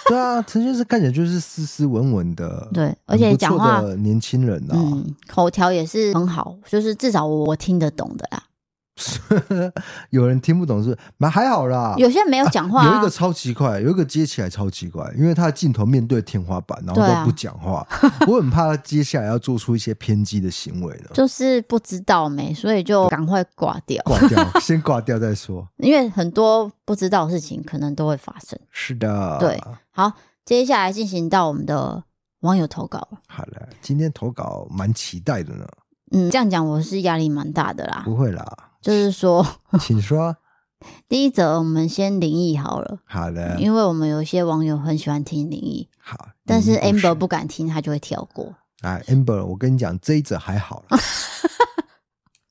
S3: 对啊，陈先生看起来就是斯斯文文的，
S2: 对
S3: 很
S2: 而且
S3: 不
S2: 讲
S3: 错
S2: 话
S3: 的年轻人啊，
S2: 嗯，口条也是很好，就是至少我听得懂的啦。
S3: 有人听不懂是，蛮还好啦。
S2: 有些人没有讲话、啊
S3: 有一个超奇怪，有一个接起来超奇怪，因为他的镜头面对天花板，然后
S2: 对啊
S3: 都不讲 话，我很怕他接下来要做出一些偏激的行为 呢，
S2: 就是不知道没，所以就赶快挂掉，
S3: 挂掉，先挂掉再说。
S2: 因为很多不知道的事情可能都会发生。
S3: 是的，
S2: 对好，接下来进行到我们的网友投稿了。
S3: 好了，今天投稿蛮期待的呢，
S2: 嗯，这样讲我是压力蛮大的啦。
S3: 不 会啦，
S2: 就是说，
S3: 请说。
S2: 第一则我们先灵异好了，
S3: 好的，
S2: 因为我们有一些网友很喜欢听灵异，
S3: 好，
S2: 但是
S3: 灵异故事
S2: Amber 不敢听，他就会跳过。
S3: 啊，Amber，我跟你讲，这一则还好 啦，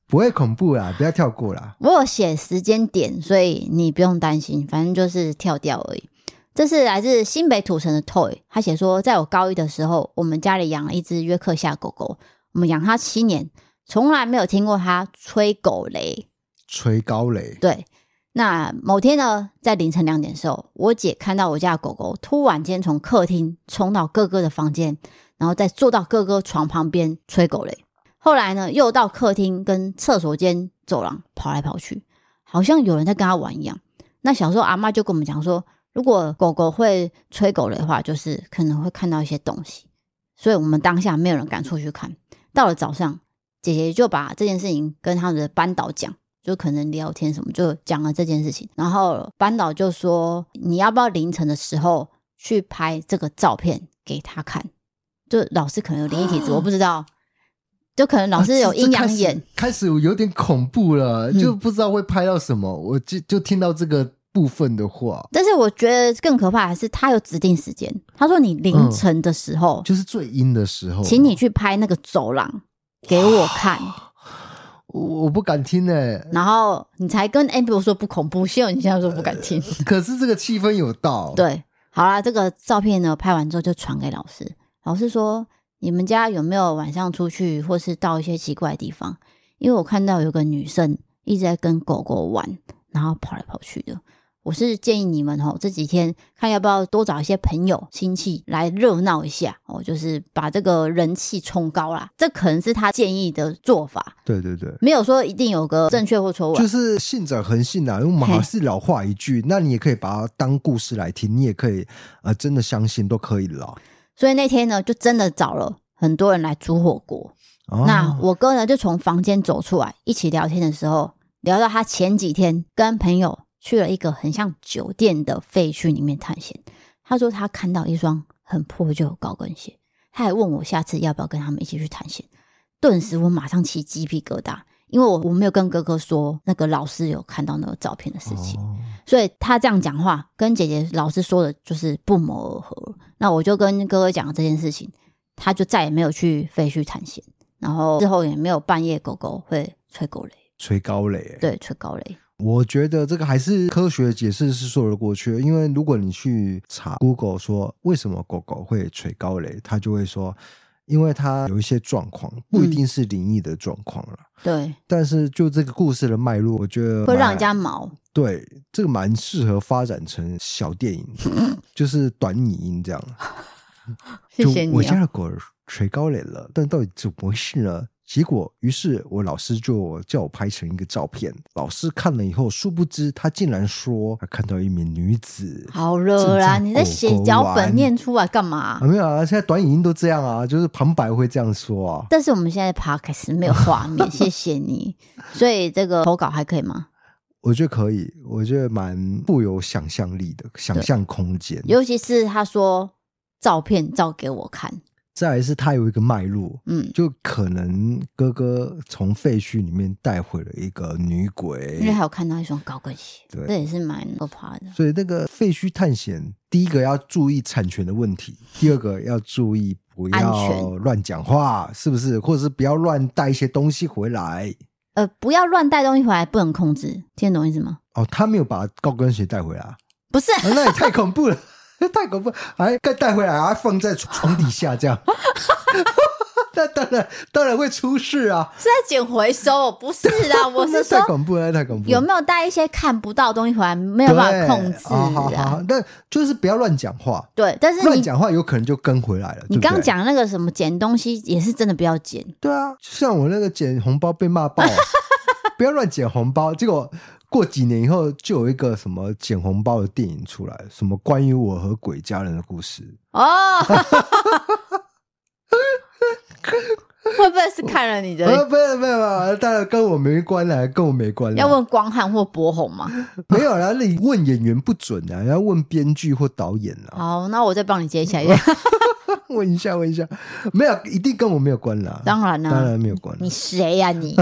S3: 不会恐怖啦，不要跳过啦。
S2: 我有写时间点，所以你不用担心，反正就是跳掉而已。这是来自新北土城的 Toy，他写说，在我高一的时候，我们家里养了一只约克夏狗狗，我们养它七年，从来没有听过它吹狗雷。
S3: 吹高雷，
S2: 对，那某天呢，在凌晨两点的时候，我姐看到我家的狗狗突然间从客厅冲到哥哥的房间，然后再坐到哥哥床旁边吹狗雷。后来呢，又到客厅跟厕所间走廊跑来跑去，好像有人在跟他玩一样。那小时候阿妈就跟我们讲说，如果狗狗会吹狗雷的话，就是可能会看到一些东西，所以我们当下没有人敢出去看。到了早上，姐姐就把这件事情跟他们的班导讲，就可能聊天什么，就讲了这件事情。然后班导就说：“你要不要凌晨的时候去拍这个照片给他看？”就老师可能有灵异体质，我不知道，就可能老师有
S3: 啊这
S2: 阴阳眼，
S3: 这开始，开始有点恐怖了，
S2: 嗯
S3: 就不知道会拍到什么。我就就听到这个部分的话，
S2: 但是我觉得更可怕的是，他有指定时间，他说你
S3: 嗯
S2: 凌晨的时候，
S3: 就是最阴的时候，
S2: 请你去拍那个走廊给我看，
S3: 我我不敢听哎、
S2: 然后你才跟 Amber 说不恐怖，现在你现在说不敢听，
S3: 可是这个气氛有到，，
S2: 对，好啦，这个照片呢拍完之后就传给老师，老师说你们家有没有晚上出去或是到一些奇怪的地方？因为我看到有个女生一直在跟狗狗玩，然后跑来跑去的。我是建议你们哦，这几天看要不要多找一些朋友、亲戚来热闹一下哦，就是把这个人气冲高啦。这可能是他建议的做法，
S3: 对对对。
S2: 没有说一定有个正确或错误啊。
S3: 就是信者恒信啊，因为我们还是老话一句，那你也可以把它当故事来听，你也可以呃真的相信都可以啦。
S2: 所以那天呢，就真的找了很多人来煮火锅。
S3: 哦
S2: 那我哥呢，就从房间走出来，一起聊天的时候，聊到他前几天跟朋友去了一个很像酒店的废墟里面探险。他说他看到一双很破旧的高跟鞋，他还问我下次要不要跟他们一起去探险。顿时我马上起鸡皮疙瘩，因为我我没有跟哥哥说那个老师有看到那个照片的事情。
S3: 哦
S2: 所以他这样讲话跟姐姐老师说的就是不谋而合。那我就跟哥哥讲这件事情，他就再也没有去废墟探险，然后之后也没有半夜狗狗会吹狗雷，
S3: 吹高雷、欸，
S2: 对，吹高雷。
S3: 我觉得这个还是科学解释是说得过去的，因为如果你去查 Google 说为什么狗狗会垂高雷，它就会说，因为它有一些状况，不一定是灵异的状况啦。
S2: 对，
S3: 但是就这个故事的脉络，我觉得
S2: 嗯会让人
S3: 蛮
S2: 家毛。
S3: 对这个蛮适合发展成小电 影，就是短影音这样。
S2: 谢谢
S3: 就我
S2: 你
S3: 家
S2: 啊！
S3: 的狗垂高脸了，但到底怎么回事呢？结果，于是我老师就叫我拍成一个照片。老师看了以后，殊不知他竟然说他看到一名女子。
S2: 好了啦，
S3: 正在
S2: 你在写脚
S3: 狗狗
S2: 本
S3: 玩
S2: 念出来干
S3: 啊，
S2: 嘛？
S3: 没有啊，现在短影音都这样啊，就是旁白会这样说啊。
S2: 但是我们现在 podcast 没有画面，谢谢你。所以这个投稿还可以吗？
S3: 我觉得可以，我觉得蛮富有想象力的，想象空间。
S2: 尤其是他说照片照给我看，
S3: 再来是它有一个脉络，
S2: 嗯，
S3: 就可能哥哥从废墟里面带回了一个女鬼
S2: 因为，还有看到一双高跟鞋，
S3: 对
S2: 这也是蛮可怕的。
S3: 所以那个废墟探险，第一个要注意产权的问题，第二个要注意不
S2: 安
S3: 要
S2: 全
S3: 乱讲话，是不是？或者是不要乱带一些东西回来。
S2: 呃，不要乱带东西回来，不能控制，听得懂意思吗？
S3: 哦，他没有把高跟鞋带回来啊，
S2: 不是，
S3: 啊那也太恐怖了， 哎太恐怖了！还带带回来啊，放在床底下这样， 那当然当然会出事啊！哦
S2: 是在捡回收，不是 啦，我
S3: 那
S2: 是
S3: 太
S2: 说
S3: 恐怖了，那太恐怖了。
S2: 有没有带一些看不到的东西回来，没有办法控制
S3: 对啊好好好
S2: 啊？
S3: 但就是不要乱讲话，
S2: 对，但是
S3: 乱
S2: 你
S3: 讲话有可能就跟回来了。对
S2: 你
S3: 不对
S2: 刚讲那个什么捡东西，也是真的不要捡，
S3: 对啊，就像我那个捡红包被骂 爆啊，不要乱捡红包。结果过几年以后，就有一个什么捡红包的电影出来，什么关于我和鬼家人的故事。
S2: 哦，会不会是看了你
S3: 呃，
S2: 的？
S3: 不是，不是，不是当然跟我没关啦，跟我没关啦。
S2: 要问光汉或博红嘛？
S3: 没有啦，那你问演员不准啊，要问编剧或导演啊。
S2: 好，那我再帮你接起来。因为
S3: 问一下，问一下，没有，一定跟我没有关啦。
S2: 当然啦、
S3: 当然没有关啦
S2: 你谁呀、你？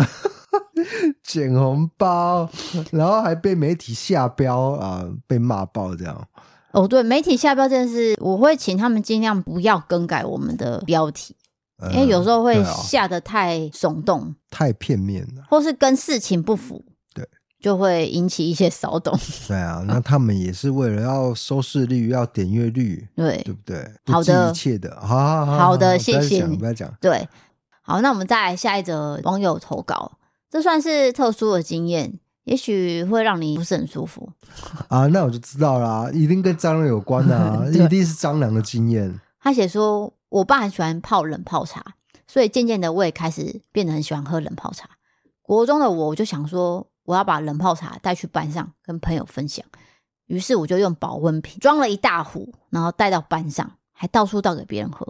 S3: 捡红包，然后还被媒体下标啊、被骂爆这样。
S2: 哦，对，媒体下标这件事，我会请他们尽量不要更改我们的标题，
S3: 呃
S2: 因为有时候会
S3: 对啊
S2: 下的太耸动，
S3: 太片面了。
S2: 或是跟事情不符，
S3: 对，
S2: 就会引起一些骚动。
S3: 对啊，
S2: 嗯
S3: 那他们也是为了要收视率、要点阅率，
S2: 对
S3: 对不对？
S2: 好
S3: 不计
S2: 的
S3: 一切的，好好好
S2: 好的
S3: 不要
S2: 谢谢
S3: 讲
S2: 你
S3: 不要讲。
S2: 对，好，那我们再来下一则网友投稿，这算是特殊的经验，也许会让你不是很舒服。，
S3: 啊，那我就知道啦，一定跟蟑螂有关啊 一定是蟑螂的经验。
S2: 他写说，我爸很喜欢泡冷泡茶，所以渐渐的我也开始变得很喜欢喝冷泡茶。国中的我，我就想说，我要把冷泡茶带去班上跟朋友分享，于是我就用保温瓶装了一大壶，然后带到班上，还到处倒给别人喝。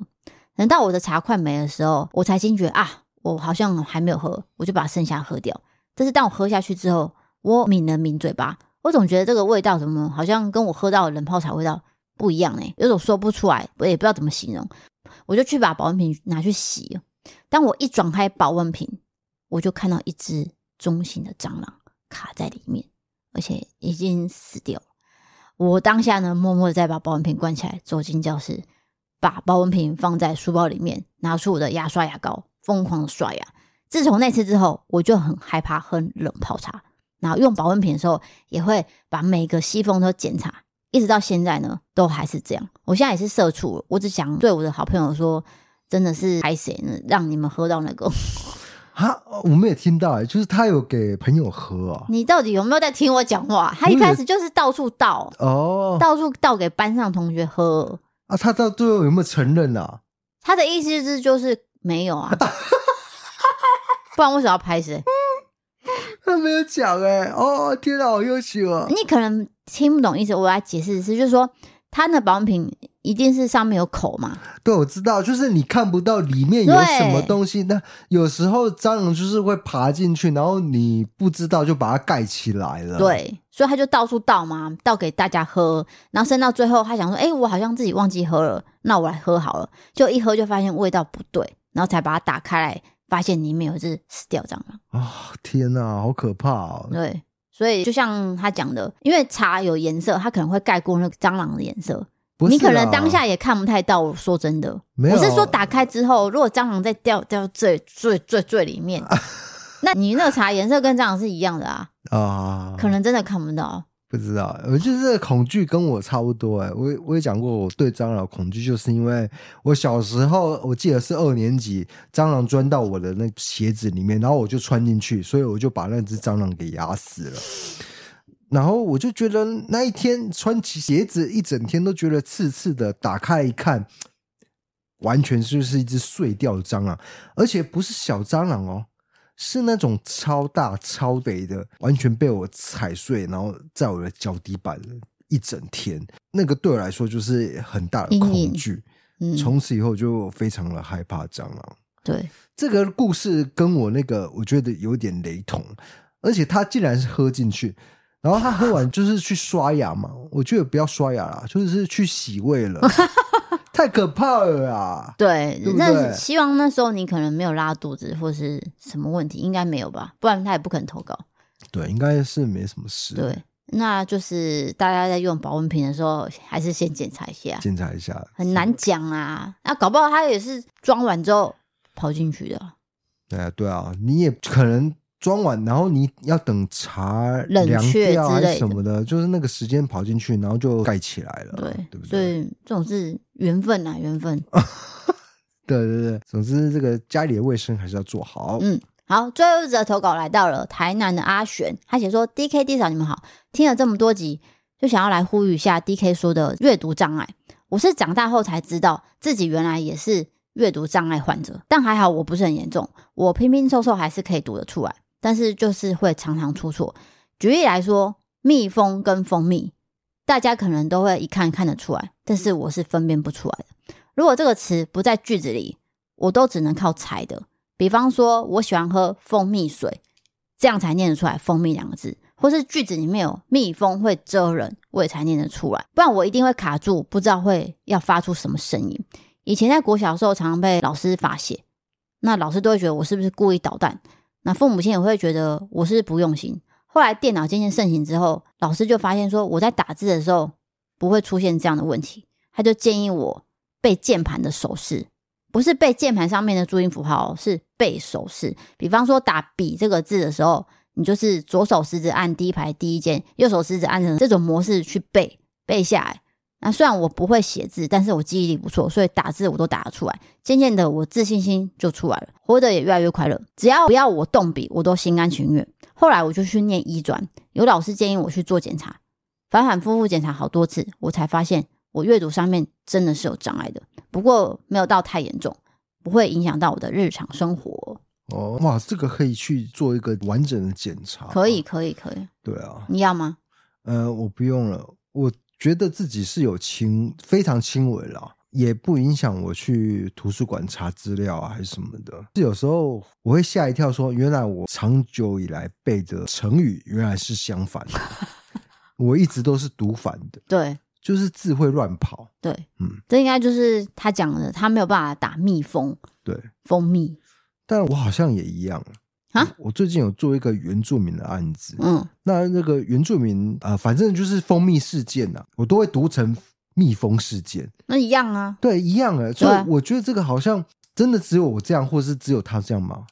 S2: 等到我的茶快没的时候，我才惊觉啊，我好像还没有喝，我就把剩下喝掉。但是当我喝下去之后，我抿了抿嘴巴，我总觉得这个味道怎么好像跟我喝到的冷泡茶味道不一样哎、有种说不出来，我也不知道怎么形容。我就去把保温瓶拿去洗，当我一转开保温瓶，我就看到一只中型的蟑螂卡在里面，而且已经死掉了。我当下呢，默默的再把保温瓶关起来，走进教室，把保温瓶放在书包里面，拿出我的牙刷、牙膏，疯狂的刷牙。自从那次之后，我就很害怕喝冷泡茶，然后用保温瓶的时候，也会把每个吸缝都检查，一直到现在呢，都还是这样。我现在也是社畜了，我只想对我的好朋友说，真的是拍谁呢？让你们喝到那个，
S3: 哈，我们也听到，就是他有给朋友喝哦。
S2: 你到底有没有在听我讲话？他一开始就是到处倒，
S3: 哦，
S2: 到处倒给班上同学喝。
S3: 啊，他到最后有没有承认啊？
S2: 他的意思是就是没有啊， 不然为什么要拍谁？
S3: 他没有讲哎、哦，天哪，好优秀啊！
S2: 你可能听不懂意思，我来解释一次，就是说他的保养品一定是上面有口嘛，
S3: 对，我知道，就是你看不到里面有
S2: 对
S3: 什么东西。那有时候蟑螂就是会爬进去，然后你不知道就把它盖起来了。，
S2: 对，所以他就到处倒嘛，倒给大家喝，然后剩到最后，他想说，哎、我好像自己忘记喝了，那我来喝好了，就一喝就发现味道不对，然后才把它打开来，发现里面有一只死掉蟑螂。
S3: 啊、天哪，好可怕哦！
S2: 对，所以就像他讲的，因为茶有颜色，它可能会盖过那个蟑螂的颜色，
S3: 不是
S2: 你可能
S3: 啦
S2: 当下也看不太到。我说真的，
S3: 没
S2: 我是
S3: 有
S2: 说打开之后，如果蟑螂在掉掉最最最最里 面，那你那个茶颜色跟蟑螂是一样的啊，
S3: 啊，
S2: 可能真的看不到。
S3: 不知道，我就是这个恐惧跟我差不多哎、我也我也讲过，我对蟑螂的恐惧，就是因为我小时候，我记得是二年级，蟑螂钻到我的那鞋子里面，然后我就穿进去，所以我就把那只蟑螂给压死了。然后我就觉得那一天穿起鞋子一整天都觉得刺刺的，打开一看，完全就是一只碎掉的蟑螂，而且不是小蟑螂哦，是那种超大超肥的，完全被我踩碎，然后在我的脚底板一整天。那个对我来说就是很大的
S2: 阴
S3: 恐
S2: 影
S3: 惧，
S2: 嗯，
S3: 从此以后就非常的害怕蟑螂。
S2: 对，
S3: 这个故事跟我那个我觉得有点雷同，而且他竟然是喝进去，然后他喝完就是去刷牙 嘛，我觉得不要刷牙啦，就是去洗胃 了，太可怕了啊！
S2: 对，
S3: 对不
S2: 那
S3: 对
S2: 希望那时候你可能没有拉肚子或是什么问题，应该没有吧？不然他也不肯投稿。
S3: 对，应该是没什么事，
S2: 对，那就是大家在用保温瓶的时候，还是先检查一下，
S3: 检查一下，
S2: 很难讲啊。那、搞不好他也是装完之后跑进去的，
S3: 对啊，对啊，你也可能装完，然后你要等茶
S2: 冷
S3: 凉
S2: 却
S3: 掉啊
S2: 之
S3: 还
S2: 类的
S3: 是什么的，就是那个时间跑进去，然后就盖起来了，
S2: 对
S3: 对不
S2: 所
S3: 对？
S2: 以这种是缘分啊，缘分。
S3: 对对对，总之这个家里的卫生还是要做好。
S2: 嗯好，最后一则投稿来到了台南的阿璇，他写说：“D K 弟嫂，你们好，听了这么多集，就想要来呼吁一下 D K 说的阅读障碍。我是长大后才知道自己原来也是阅读障碍患者，但还好我不是很严重，我拼拼凑凑还是可以读得出来，但是就是会常常出错。举例来说，蜜蜂跟蜂蜜，大家可能都会一看看得出来，但是我是分辨不出来的。如果这个词不在句子里，我都只能靠猜的。”比方说，我喜欢喝蜂蜜水，这样才念得出来“蜂蜜”两个字，或是句子里面有蜜蜂会蛰人，我也才念得出来，不然我一定会卡住，不知道会要发出什么声音。以前在国小的时候，常常被老师罚写，那老师都会觉得我是不是故意捣蛋，那父母亲也会觉得我是不用心。后来电脑渐渐盛行之后，老师就发现说我在打字的时候不会出现这样的问题，他就建议我背键盘的手势。不是背键盘上面的注音符号哦，是背手势。比方说打“笔”这个字的时候，你就是左手食指按第一排第一键，右手食指按成这种模式去背背下来。那虽然我不会写字，但是我记忆力不错，所以打字我都打得出来。渐渐的，我自信心就出来了，活得也越来越快乐。只要不要我动笔，我都心甘情愿。后来我就去念医专，有老师建议我去做检查，反反复复检查好多次，我才发现我阅读上面真的是有障碍的。不过没有到太严重，不会影响到我的日常生活。
S3: 哦，哇，这个可以去做一个完整的检查。哦
S2: 可以，。嗯可以，可以，
S3: 对啊，
S2: 你要吗？
S3: 呃，我不用了，我觉得自己是有轻，非常轻微啦，也不影响我去图书馆查资料啊，还是什么的。是有时候我会吓一跳说原来我长久以来背的成语原来是相反的， 我一直都是读反的，
S2: 对
S3: 就是字会乱跑。
S2: 对，
S3: 嗯，
S2: 这应该就是他讲的，他没有办法打蜜蜂
S3: 对，
S2: 蜂蜜。
S3: 但我好像也一样
S2: 啊
S3: 我最近有做一个原住民的案子，
S2: 嗯，
S3: 那那个原住民啊、呃反正就是蜂蜜事件呐、我都会读成蜜蜂事件。
S2: 那一样啊。
S3: 对，一样
S2: 对
S3: 哎、所
S2: 啊
S3: 以我觉得这个好像真的只有我这样，或是只有他这样吗？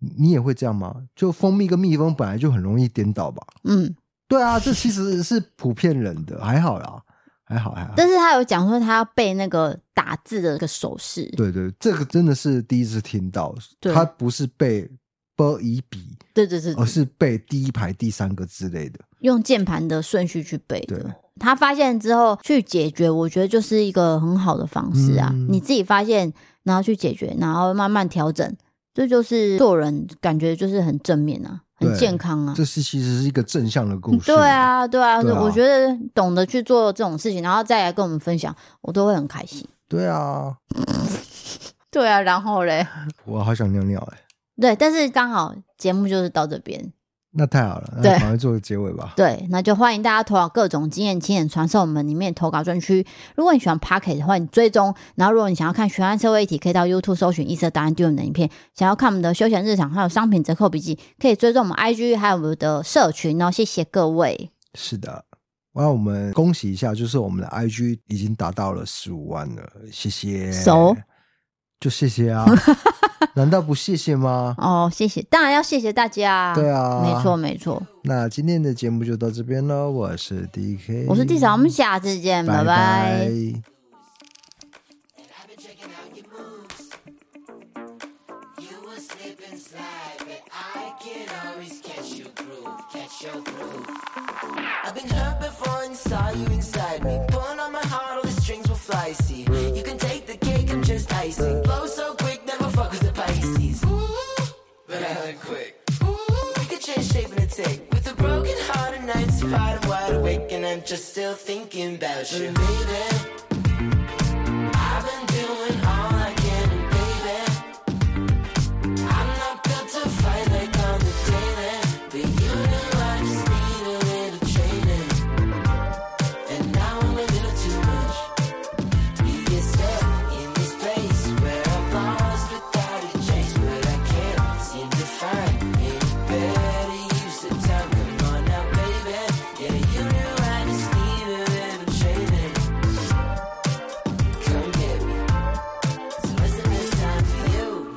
S3: 你你也会这样吗？就蜂蜜跟蜜蜂本来就很容易颠倒吧？
S2: 嗯，
S3: 对啊，这其实是普遍人的，还好啦，还好还好。
S2: 但是他有讲说他要背那个打字的那个手势。
S3: 对对，这个真的是第一次听到，
S2: 对
S3: 他不是背波以比，
S2: 对对对
S3: 而
S2: 对，
S3: 哦是背第一排第三个之类的。
S2: 用键盘的顺序去背
S3: 对
S2: 的。他发现之后去解决，我觉得就是一个很好的方式啊。
S3: 嗯
S2: 你自己发现，然后去解决，然后慢慢调整，这就是做人感觉就是很正面啊，很
S3: 对
S2: 健康啊。
S3: 这是其实是一个正向的故事。
S2: 对，啊，对啊，
S3: 对啊
S2: 我觉得懂得去做这种事情，然后再来跟我们分享，我都会很开心。
S3: 对啊，
S2: 对啊，然后嘞，
S3: 我好想尿尿哎、
S2: 对，但是刚好节目就是到这边，
S3: 那太好了，那
S2: 对
S3: 赶快做个结尾吧。
S2: 对，那就欢迎大家投稿各种经验，请点传送我们里面的投稿专区。如果你喜欢 Pocket 的话，你追踪；然后如果你想要看悬案社会议题，可以到 YouTube 搜寻“异色答案 d u 的影片；想要看我们的休闲日常还有商品折扣笔记，可以追踪我们 IG 还有我们的社群哦。谢谢各位，
S3: 是的，那我们恭喜一下，就是我们的 IG 已经达到了十五万了，谢谢。
S2: 熟
S3: 就谢 谢啊，难道不谢谢吗？
S2: 哦，谢谢，当然要谢谢大家。
S3: 对啊
S2: 没错没错，
S3: 那今天的节目就到这边喽，我是 DK，
S2: 我是地嫂，我们下次见，
S3: 拜
S2: 拜
S3: 拜
S4: just still thinking about you, baby. I've been doing all I can, and baby. I'm not built to fight like on the daily, but you know I just need a little training. And now I'm a little too much. We get stuck in this place where I'm lost without a chase, but I can't seem to find any better use of time. Come on now, baby. Yeah, you know I just need a little training. Come get me. So isn't this time for you?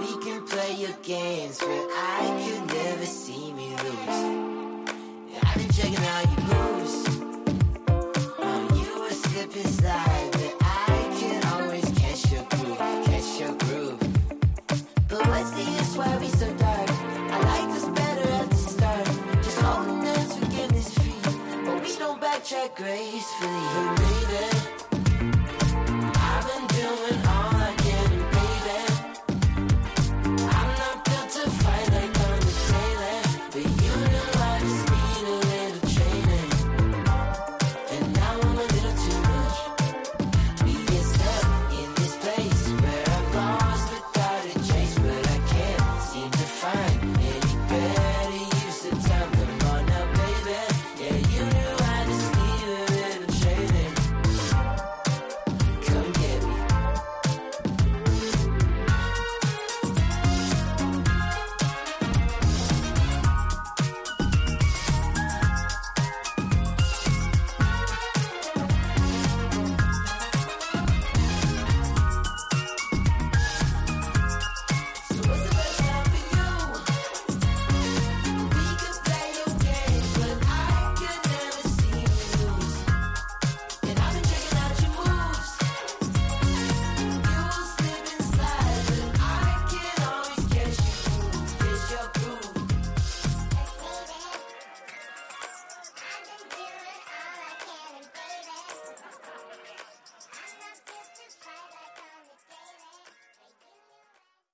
S4: We can play your games, but I could never see me lose. And I've been checking out your moves. Oh, you were slipping slide, but I can always catch. space for the human.